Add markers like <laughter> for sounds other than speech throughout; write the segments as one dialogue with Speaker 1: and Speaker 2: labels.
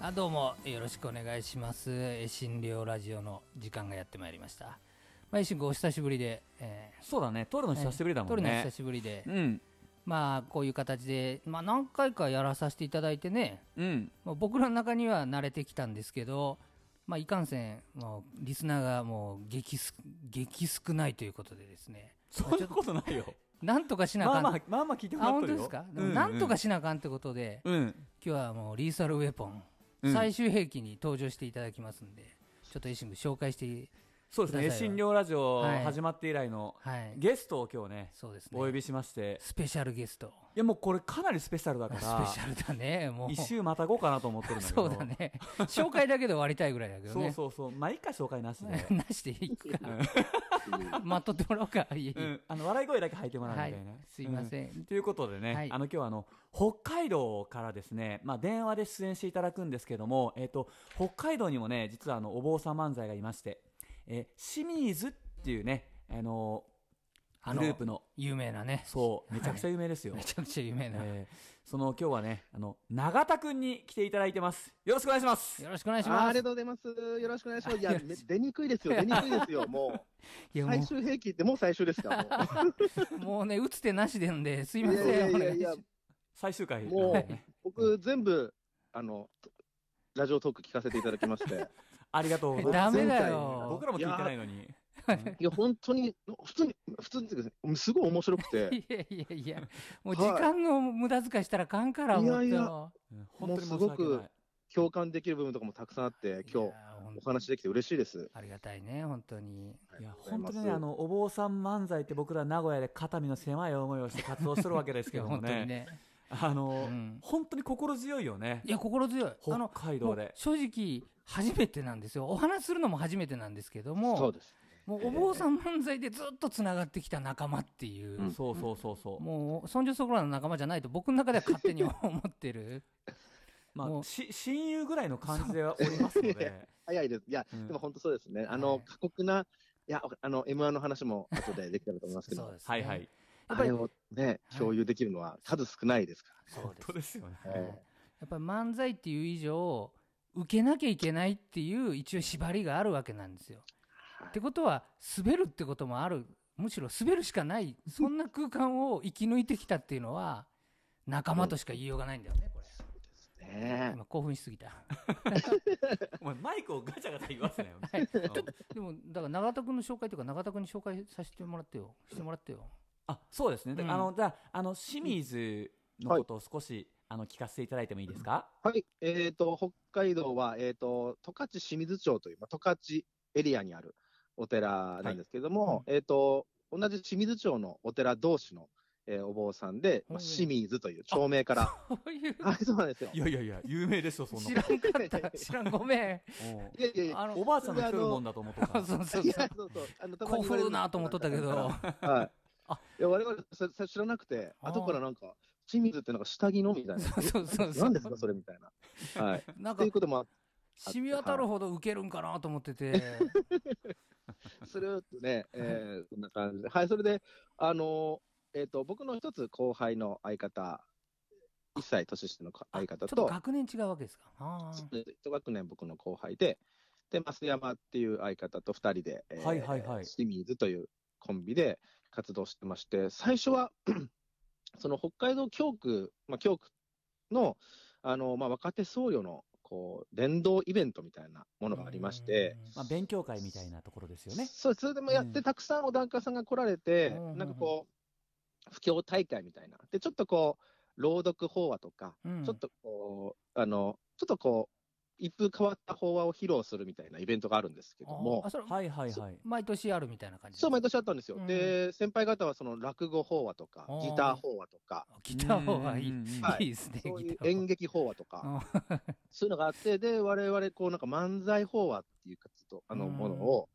Speaker 1: あどうもよろしくお願いしますえ診療ラジオの時間がやってまいりましたまあ一瞬お久しぶりで、え
Speaker 2: そうだね、撮るの
Speaker 1: ー
Speaker 2: 久しぶりだもん
Speaker 1: えー撮るの
Speaker 2: ね
Speaker 1: 久。しぶりで、
Speaker 2: うん、
Speaker 1: まあこういう形で、まあ、何回かやらさせていただいてね、
Speaker 2: うん、
Speaker 1: まあ、僕らの中には慣れてきたんですけど、まあ、いかんせんもうリスナーがもう激す激少ないということでですね
Speaker 2: そんなことないよ。
Speaker 1: なんとかしなあ
Speaker 2: ま
Speaker 1: か
Speaker 2: あ
Speaker 1: ん、
Speaker 2: まあ、まあまあ聞いてもら
Speaker 1: あ
Speaker 2: っ
Speaker 1: 本
Speaker 2: と
Speaker 1: 当
Speaker 2: るよ。
Speaker 1: ですか、
Speaker 2: う
Speaker 1: でも
Speaker 2: ん
Speaker 1: なんとかしなあかんってことで、
Speaker 2: うん。
Speaker 1: 今日はもうリーサルウェポン、
Speaker 2: うん
Speaker 1: 最終兵器に登場していただきますんでちょっとエシング紹介して
Speaker 2: そうです
Speaker 1: く
Speaker 2: ね、
Speaker 1: ださいよ
Speaker 2: 診療ラジオ
Speaker 1: はい
Speaker 2: 始まって以来の
Speaker 1: はい
Speaker 2: ゲストを今日ね、
Speaker 1: そうです
Speaker 2: お呼
Speaker 1: ね
Speaker 2: びしまして、
Speaker 1: スペシャルゲスト
Speaker 2: いやもうこれかなりスペシャルだか
Speaker 1: スペ
Speaker 2: ら、
Speaker 1: シャルだねもう
Speaker 2: 一周またごうかなと思ってるんだけ
Speaker 1: そ
Speaker 2: ど。
Speaker 1: うだね紹介だけで終わりたいぐらいだけど
Speaker 2: そう
Speaker 1: ね。
Speaker 2: そうそう。まあ、一回紹介なしで
Speaker 1: <laughs> なしでいくか <laughs> 待っとってもらおうかいえいえ
Speaker 2: うん、あの笑い声だけ吐いてもらうみた
Speaker 1: はいい
Speaker 2: な、
Speaker 1: すいません、
Speaker 2: ということでね、
Speaker 1: はい
Speaker 2: あの今日はあの北海道からですね、まあ、電話で出演していただくんですけども、えっと北海道にもね実はあのお坊さん漫才がいまして、えー清水っていうね、あの
Speaker 1: あ
Speaker 2: グループの
Speaker 1: 有名なね
Speaker 2: そうめちゃくちゃ有名ですよ、
Speaker 1: めちゃくちゃ有名な、
Speaker 2: えーその今日はねあの永田くんに来ていただいてますよろしくお願いします
Speaker 1: よろしくお願いし
Speaker 3: あー
Speaker 1: ま
Speaker 3: あり
Speaker 1: す
Speaker 3: がとうございます。よろしくお願いします。いや、
Speaker 1: よろし
Speaker 3: め出にくいですよ。出にくいですよ。も、
Speaker 1: いうやも
Speaker 3: 最終兵器ってもう最終ですか
Speaker 1: うもうね打つ手なしでんですい
Speaker 3: も
Speaker 1: ま
Speaker 3: う。
Speaker 1: せんお願いします
Speaker 2: 最終回
Speaker 3: もう
Speaker 2: なんでね
Speaker 3: 僕、全部、あの、ラジオトーク聞かせていただきまして。
Speaker 2: ありがとうございま
Speaker 1: ダ
Speaker 2: す
Speaker 1: メだ
Speaker 3: 前
Speaker 1: よ
Speaker 2: 僕らも聞いてないのに
Speaker 3: いや、本当に、普通に、普通にですね、すごい面白
Speaker 1: <laughs>
Speaker 3: くて、
Speaker 1: いやいやいや、もう時間の無駄遣いしたらあかんから、
Speaker 3: はい
Speaker 1: もう
Speaker 3: いやいや
Speaker 1: 今
Speaker 2: うん本当に申し
Speaker 3: もうすご
Speaker 2: 訳
Speaker 3: く
Speaker 2: ない
Speaker 3: 共感できる部分とかもたくさんあって、今日、お話できて嬉しいです。
Speaker 1: ありがたいね、本当に。
Speaker 3: あ
Speaker 2: い
Speaker 3: り
Speaker 2: や
Speaker 3: がとうござい
Speaker 2: 本
Speaker 3: ま
Speaker 2: 当
Speaker 3: す
Speaker 2: にねあ、のお坊さん漫才って僕ら名古屋で肩身の狭い思いをして活動してるわけですけども
Speaker 1: 本当に
Speaker 2: ね
Speaker 1: ね。
Speaker 2: あ
Speaker 1: う
Speaker 2: の、
Speaker 1: ん、
Speaker 2: 本当に心強いよね
Speaker 1: いや、心強い。あ
Speaker 2: 北
Speaker 1: の、も
Speaker 2: 海道
Speaker 1: う
Speaker 2: で
Speaker 1: 正直、初めてなんですよ。お話しするのも初めてなんですけど
Speaker 3: そう
Speaker 1: も、
Speaker 3: です。
Speaker 1: もうお坊さん漫才でずっとつながってきた仲間っていう、
Speaker 3: うん
Speaker 2: そうそうそうそう、
Speaker 1: もう、そんじょそこらの仲間じゃないと僕の中では勝手に思ってる。
Speaker 2: ま
Speaker 1: も
Speaker 2: あ
Speaker 1: う
Speaker 2: し親友ぐらいの感じではおりますので
Speaker 3: 早いです。いや、
Speaker 2: うん
Speaker 3: でも本当そうですね。あ
Speaker 1: は
Speaker 3: の
Speaker 1: い、
Speaker 3: 過酷な、いや、あの、M1 の話も後でできた <laughs> らと思います
Speaker 1: <laughs>
Speaker 3: け
Speaker 1: そう
Speaker 3: ど、
Speaker 1: です、
Speaker 2: はいはい。
Speaker 3: あれをね、共有できるのは数少ないですから。
Speaker 1: そうです
Speaker 2: そうですよね
Speaker 3: はい
Speaker 1: やっぱり漫才っていう以上受けなきゃいけないっていう一応縛りがあるわけなんですよ。
Speaker 3: はい
Speaker 1: ってことは滑るってこともあるむしろ滑るしかないそんな空間を生き抜いてきたっていうのは仲間としか言いようがないんだよねこれ。
Speaker 3: そうですね。
Speaker 1: 今興奮しすぎた。
Speaker 2: お前マイクをガチャガチャ言わせなよ、
Speaker 1: はい
Speaker 2: うん
Speaker 1: でもだから永田君の紹介というか永田君に紹介させてもらってよしてもらってよ。
Speaker 2: あ <laughs> そうですね、で
Speaker 1: うん
Speaker 2: あのじゃああの清水のことを少し、あの聞かせていただいてもいいですか、
Speaker 3: はい。えっ、と、北海道は、えっ、と、十勝清水町という、まあ、十勝エリアにあるお寺なんですけれども、えっ、と、同じ清水町のお寺同士の、えーお坊さんで、まあ、
Speaker 1: うん
Speaker 3: 清水という町
Speaker 1: <laughs>
Speaker 3: 名から。
Speaker 1: そういう
Speaker 3: はい、そうなんですよ。い
Speaker 2: やいやいや有名ですよそんな
Speaker 1: 知ら
Speaker 2: こ
Speaker 1: んかった知らんごめ
Speaker 2: とうん
Speaker 3: やいやいや。
Speaker 1: ん。あの。
Speaker 2: おばあちゃんの来るもんだと思ってた <laughs>
Speaker 1: そうそう
Speaker 3: い
Speaker 1: そ
Speaker 3: や
Speaker 1: う。
Speaker 3: そうそうあのたま
Speaker 1: 興
Speaker 3: に言わ
Speaker 1: 奮
Speaker 3: れ
Speaker 1: す
Speaker 3: る
Speaker 1: るなと思っとったけど。
Speaker 3: はい。
Speaker 2: あ
Speaker 3: いや、我々そそ知らなくて、
Speaker 1: あー
Speaker 3: 後からなんか、清水ってなんか下着のみたいな。
Speaker 1: そうそうそう
Speaker 3: 何ですか、それみたいな。はい。
Speaker 1: なん
Speaker 3: と
Speaker 1: か
Speaker 3: いうこともあっ
Speaker 1: 染み渡るほど受けるんかなと思ってて、
Speaker 3: するっとね、えー、そんな感じで。はい、それで、あのーえっ、と、僕の一つ後輩の相方、1歳年下のか相
Speaker 1: ちょ
Speaker 3: 方
Speaker 1: っと
Speaker 3: と、
Speaker 1: 学年違うわけですか。あー
Speaker 3: 一学年僕の後輩で、で、増山っていう相方と2人で、えー
Speaker 2: はいはいはい
Speaker 3: 清水というコンビで活動してまして、最初は、 <clears throat> その北海道教区、まあ、教区の、あの、まあ、若手僧侶の、こう、伝道イベントみたいなものがありまして、、
Speaker 2: まあ、勉強会みたいなところですよね。
Speaker 3: そう、それでもやっ
Speaker 2: うん
Speaker 3: て、たくさんお檀家さんが来られて、
Speaker 1: うんうんうん
Speaker 3: なんかこう、布教大会みたいな。で、ちょっとこう、朗読法話とか、
Speaker 1: うん
Speaker 3: ちょっとこう、あの、ちょっとこう、一風変わった法話を披露するみたいなイベントがあるんですけど
Speaker 1: あ
Speaker 3: も
Speaker 1: ー、それ
Speaker 2: はいはいはい。
Speaker 1: 毎年あるみたいな感じ。
Speaker 3: そう、毎年あったんですよ。
Speaker 1: うん
Speaker 3: で、先輩方はその落語法話とか
Speaker 1: あ、ー
Speaker 3: ギター法話とか、
Speaker 1: ギターはいい、
Speaker 2: うんうんうん
Speaker 3: はい
Speaker 1: いいですね。
Speaker 3: そうい
Speaker 1: ギ
Speaker 3: う
Speaker 1: ター
Speaker 3: 演劇法話と
Speaker 1: う
Speaker 3: か、
Speaker 1: ん
Speaker 3: そういうのがあって、で、我々、こう、なんか漫才法話っていう活動、あの、
Speaker 1: うん
Speaker 3: ものを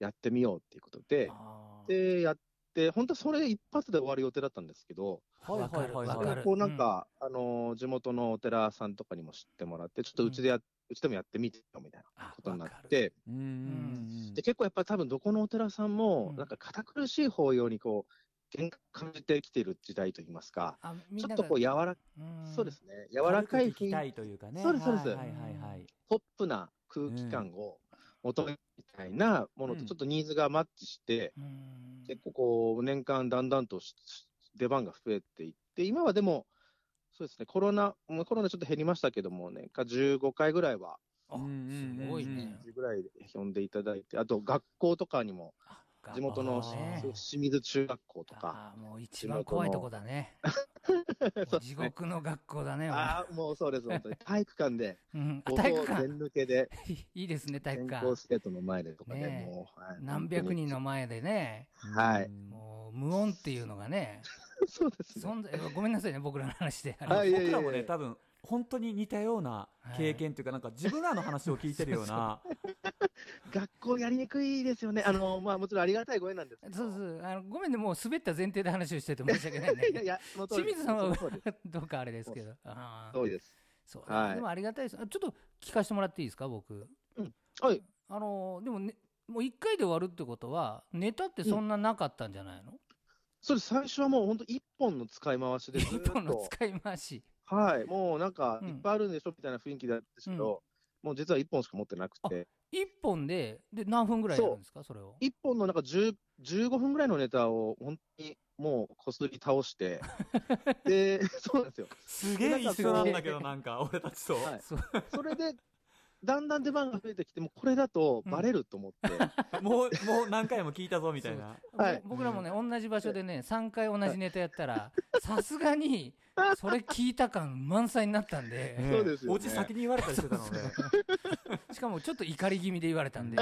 Speaker 3: やってみようっていうことで、
Speaker 1: あー
Speaker 3: で、やって、本当はそれ一発で終わる予定だったんですけど、
Speaker 2: はいはいはい
Speaker 1: わ
Speaker 2: は
Speaker 1: か
Speaker 2: い。
Speaker 1: る
Speaker 3: こうなんか、あのー地元のお寺さんとかにも知ってもらって、ちょっとうちでや、うちでもやってみてよみたいな
Speaker 1: あ
Speaker 3: ことにな
Speaker 1: わか
Speaker 3: っ
Speaker 1: る
Speaker 3: て、
Speaker 2: うんうんうん
Speaker 3: で結構やっぱ多分どこのお寺さんも
Speaker 1: う、ん
Speaker 3: なんか堅苦しい法要にこう、限界を感じてきている時代といいますか、
Speaker 1: あみん
Speaker 3: ちょ
Speaker 1: な
Speaker 3: っ
Speaker 1: が
Speaker 3: とこう柔ら
Speaker 1: うん
Speaker 3: そうですね、柔らか
Speaker 2: 軽
Speaker 3: い
Speaker 2: く聞きた
Speaker 3: 雰囲
Speaker 2: い
Speaker 3: 気、
Speaker 2: というかね。
Speaker 3: そうですそうです
Speaker 2: はいはいはいはい。
Speaker 3: ポップな空気感を求めるみたいなもの
Speaker 2: う
Speaker 3: と
Speaker 2: ん
Speaker 3: ちょっとニーズがマッチして、
Speaker 1: うん
Speaker 3: 結構こう、年間だんだんとしし出番が増えていって、今はでも、そうですね、コロナ、もうコロナちょっと減りましたけども、年間15回ぐらいは、
Speaker 1: あ
Speaker 2: うんうんうん
Speaker 1: すごいね
Speaker 3: 10ぐらい呼んでいただいて、あと学校とかにも、地元の
Speaker 2: あー
Speaker 1: ね
Speaker 3: 清水中学校と
Speaker 1: あ
Speaker 3: か、
Speaker 1: ーもう一番怖いとこだねもう地獄の学校だねお前
Speaker 3: ああ、もうそうです、本当に体育館で、
Speaker 1: うん、 <laughs> あ
Speaker 3: ご
Speaker 1: 体
Speaker 3: 当
Speaker 1: 育館
Speaker 3: 全抜けで、
Speaker 1: <laughs> いいですね体
Speaker 3: 健
Speaker 1: 育
Speaker 3: 康
Speaker 1: 館
Speaker 3: スケートの前でとかで、
Speaker 1: ねえ
Speaker 3: もう、はい
Speaker 1: 何百人の。前でね
Speaker 3: はい
Speaker 2: うん
Speaker 1: もう無音っていうのがね
Speaker 3: 本当にそうですね。
Speaker 1: 存在 <laughs> ごめんなさいね僕らの話であの
Speaker 3: はいいやいや
Speaker 2: 僕らも
Speaker 3: いやい
Speaker 2: ね
Speaker 3: や
Speaker 2: 多分本当に似たような経験というか、なんか自分らの話を聞いてるよう
Speaker 3: <laughs>
Speaker 2: な
Speaker 3: 学校やりにくいですよね。あの、まあもちろんありがたいご縁なんですけど。
Speaker 1: そうそうあのごめんねもう滑った前提で話をしてて申し訳ないね
Speaker 3: <laughs> いやいや、その通り
Speaker 1: 清水さんは
Speaker 3: その通り
Speaker 1: <laughs> どうかあれですけどあー
Speaker 3: そうです。
Speaker 1: そう
Speaker 3: はい
Speaker 1: でもありがたいですあちょっと聞かせてもらっていいですか僕
Speaker 3: はい。
Speaker 1: あのーでも、ね、もう1回で終わるってことはネタってそんななかったんじゃないの、
Speaker 3: それ最初はもう本当一本の使い回しでず
Speaker 1: <laughs>
Speaker 3: っ
Speaker 1: 一本の
Speaker 3: と。
Speaker 1: 使い回し
Speaker 3: はい。もうなんか
Speaker 1: うん
Speaker 3: いっぱいあるんでしょみたいな雰囲気だったんですけど、もう実は一本しか持ってなくて、
Speaker 1: 1本でで何分ぐらいやるんですかそれを
Speaker 3: 一本のなんか10 15分ぐらいのネタを本当にもうこすり
Speaker 1: <laughs>
Speaker 3: 倒して、で、そうなんですよ。
Speaker 2: すげえ一緒なんだけどなんか俺たちと、
Speaker 3: はい
Speaker 1: そう
Speaker 3: それで、だんだん出番が増えてきて、もうこれだとバレると
Speaker 1: <laughs>
Speaker 3: 思って、
Speaker 2: もうもう何回も聞いたぞみたいな。
Speaker 3: はい
Speaker 1: ぼ僕らもね、同じ場所でね、3回同じネタやったら、さすがに、それ聞いた感満載になったんで、
Speaker 3: そうですよね
Speaker 2: おじ先に言われたりしてたので、
Speaker 1: しかもちょっと怒り気味で言われたんで、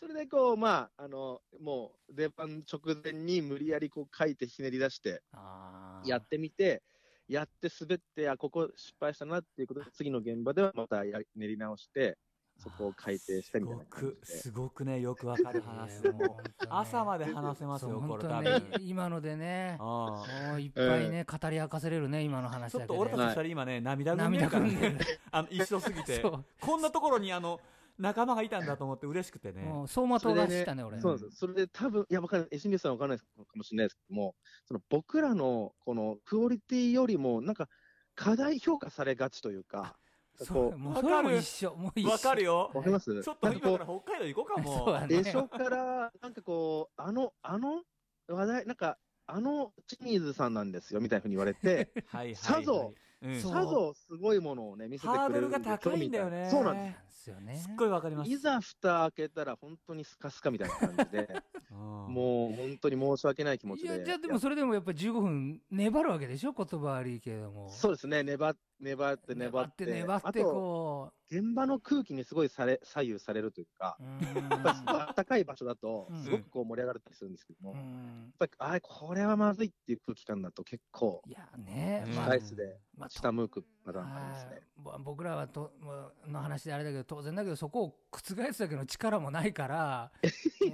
Speaker 3: それでこう、まあ、あの、もう出番直前に無理やりこう書いてひねり出して、
Speaker 1: あー
Speaker 3: やってみて、やって滑って、あ、ここ失敗したなっていうことで、次の現場ではまたやり練り直して、そこを改訂して
Speaker 2: す
Speaker 3: みた
Speaker 2: ご
Speaker 3: いな感
Speaker 2: く
Speaker 3: じで。
Speaker 2: すごくねよくわかる話
Speaker 1: いやもう
Speaker 2: も
Speaker 1: 本
Speaker 2: う
Speaker 1: 当ね
Speaker 2: 朝まで話せます
Speaker 1: そう
Speaker 2: よこ
Speaker 1: 本
Speaker 2: れ
Speaker 1: 当
Speaker 2: 多
Speaker 1: ね
Speaker 2: 分。、
Speaker 1: 今のでね、も
Speaker 2: ああ
Speaker 1: ういっぱいね、語り明かせれるね、今の話
Speaker 2: ちょっ
Speaker 1: だけ
Speaker 2: と
Speaker 1: で。
Speaker 2: 俺たち二
Speaker 3: は
Speaker 2: 人今ね涙ぐんで
Speaker 1: 涙
Speaker 2: る
Speaker 1: ぐ
Speaker 2: から
Speaker 1: んで
Speaker 2: ね
Speaker 1: る。
Speaker 2: あの一緒すぎて
Speaker 1: そ
Speaker 2: こんなところにあの仲間がいたんだと思って嬉しくて
Speaker 1: う。
Speaker 2: ね。
Speaker 1: もう、相馬灯がしたね、俺。
Speaker 3: そうなんですよそれで多分、いや、わかんない、清水さんわかんないかもしれないですけども、その僕らのこのクオリティよりも、なんか、過大評価されがちというか、
Speaker 1: そう
Speaker 3: こ
Speaker 1: もうそれも一緒。もう一緒。
Speaker 2: わかるよ
Speaker 3: う、。わかります
Speaker 2: ちょっと
Speaker 3: なんか
Speaker 2: 今
Speaker 3: こ
Speaker 2: から北海道行こうかも
Speaker 1: そうだ
Speaker 2: う。
Speaker 1: ね。
Speaker 3: でしょから、なんかこう、あの、あの話題、なんか、あのチミーズさんなんですよみたいなふうに言われて、
Speaker 2: はいはい。
Speaker 3: さぞ、
Speaker 2: <laughs> うん、
Speaker 1: そう
Speaker 3: さぞすごいものをね、見せてくれる
Speaker 2: ハードルが高いんだよね
Speaker 3: みたいなそうなん
Speaker 1: な
Speaker 3: で。
Speaker 1: んですよね。
Speaker 2: すっごいわかりますす
Speaker 3: い。ざ蓋開けたら、本当にスカスカみたいな感じで、
Speaker 1: <laughs>
Speaker 2: も
Speaker 3: もう本当に申し訳ない気持
Speaker 1: い
Speaker 3: ちで。
Speaker 1: や、じゃあでもそれでもやっぱり15分粘るわけでしょ言葉悪いけれども。
Speaker 3: そうですね、粘っ粘って、粘
Speaker 1: 粘っ
Speaker 3: ってて、
Speaker 1: 粘っ
Speaker 3: あ
Speaker 1: て
Speaker 3: と、
Speaker 1: こ
Speaker 3: 現場の空気にすごいされ左右されるというか、
Speaker 1: う。う
Speaker 3: やっぱりすごい
Speaker 1: ー
Speaker 3: 暖かい場所だと
Speaker 1: うん、
Speaker 3: すごくこう盛り上がるったりするんですけど
Speaker 1: ん
Speaker 3: も、
Speaker 1: う
Speaker 3: やっ
Speaker 1: ん。
Speaker 3: ぱり、あれ、これはまずいっていう空気感だと、結構、
Speaker 1: いやね、
Speaker 2: うん
Speaker 1: まあ
Speaker 3: ライスで
Speaker 1: まあと
Speaker 3: 下向くパターンがあります
Speaker 1: は
Speaker 3: ね
Speaker 1: い。ぼ僕らはとまあの話であれだけど当然だけどそこを覆すだけの力もない
Speaker 3: <laughs>
Speaker 1: から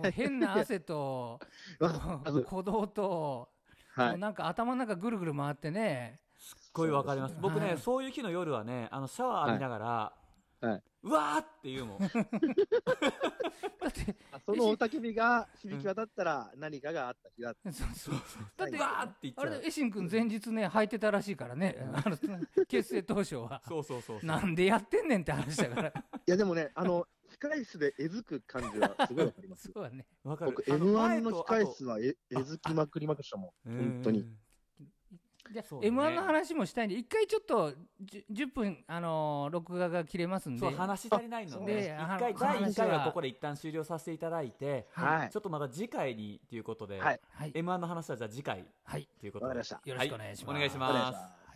Speaker 1: もう変な汗と
Speaker 3: わかる
Speaker 1: 鼓動と、
Speaker 3: は
Speaker 1: もう
Speaker 3: い。
Speaker 1: なんか頭の中ぐるぐる回ってね
Speaker 2: すっごいわかります。
Speaker 1: そうです
Speaker 2: 僕
Speaker 1: は
Speaker 2: ね
Speaker 1: い、
Speaker 2: そういう日の夜はね、あの、シャワー浴びながら
Speaker 3: いはい、
Speaker 2: うわーって言うもん。
Speaker 1: だって
Speaker 3: あその雄たけびが響き渡ったら何かがあった気が、
Speaker 1: そうそうだって
Speaker 2: うわーって言っち
Speaker 1: あ
Speaker 2: ゃ
Speaker 1: れ
Speaker 2: う
Speaker 1: で。エシン君前日ね履いてたらしいからね、あの結成当初
Speaker 2: <laughs>
Speaker 1: は。
Speaker 2: そうそうそうそう。
Speaker 1: なんでやってんねんって話だから。
Speaker 3: いやでもね、あの、控え室でえずく感じはすごいわかりま
Speaker 1: <laughs>
Speaker 3: す
Speaker 1: そ。うだね。
Speaker 2: わかる
Speaker 3: 僕、。
Speaker 2: あ
Speaker 3: M1 の
Speaker 2: 前
Speaker 3: 控え
Speaker 2: とあと
Speaker 3: 室はええずきまくりまくしたもん、本当
Speaker 2: う
Speaker 3: に。
Speaker 2: ん
Speaker 1: じゃあ、
Speaker 2: そうだね
Speaker 1: M1 の話もしたいんで、一回ちょっとじゅ 10, 分、あのー録画が切れますんで。
Speaker 2: そう、話足りないので、
Speaker 1: であ
Speaker 2: 一回、
Speaker 1: この話
Speaker 2: 第
Speaker 1: は
Speaker 2: 1回はここで一旦終了させていただいて、
Speaker 1: は
Speaker 3: はい
Speaker 2: ち。ょっとまた次回にということで、
Speaker 3: はい
Speaker 1: はい。
Speaker 2: M1 の話はじゃあ次回
Speaker 1: はい。
Speaker 2: ということ
Speaker 3: わかり
Speaker 2: で
Speaker 3: まし。た。
Speaker 1: よろしくお願いします。
Speaker 2: はいお願いし
Speaker 3: お願い
Speaker 2: ま
Speaker 3: します。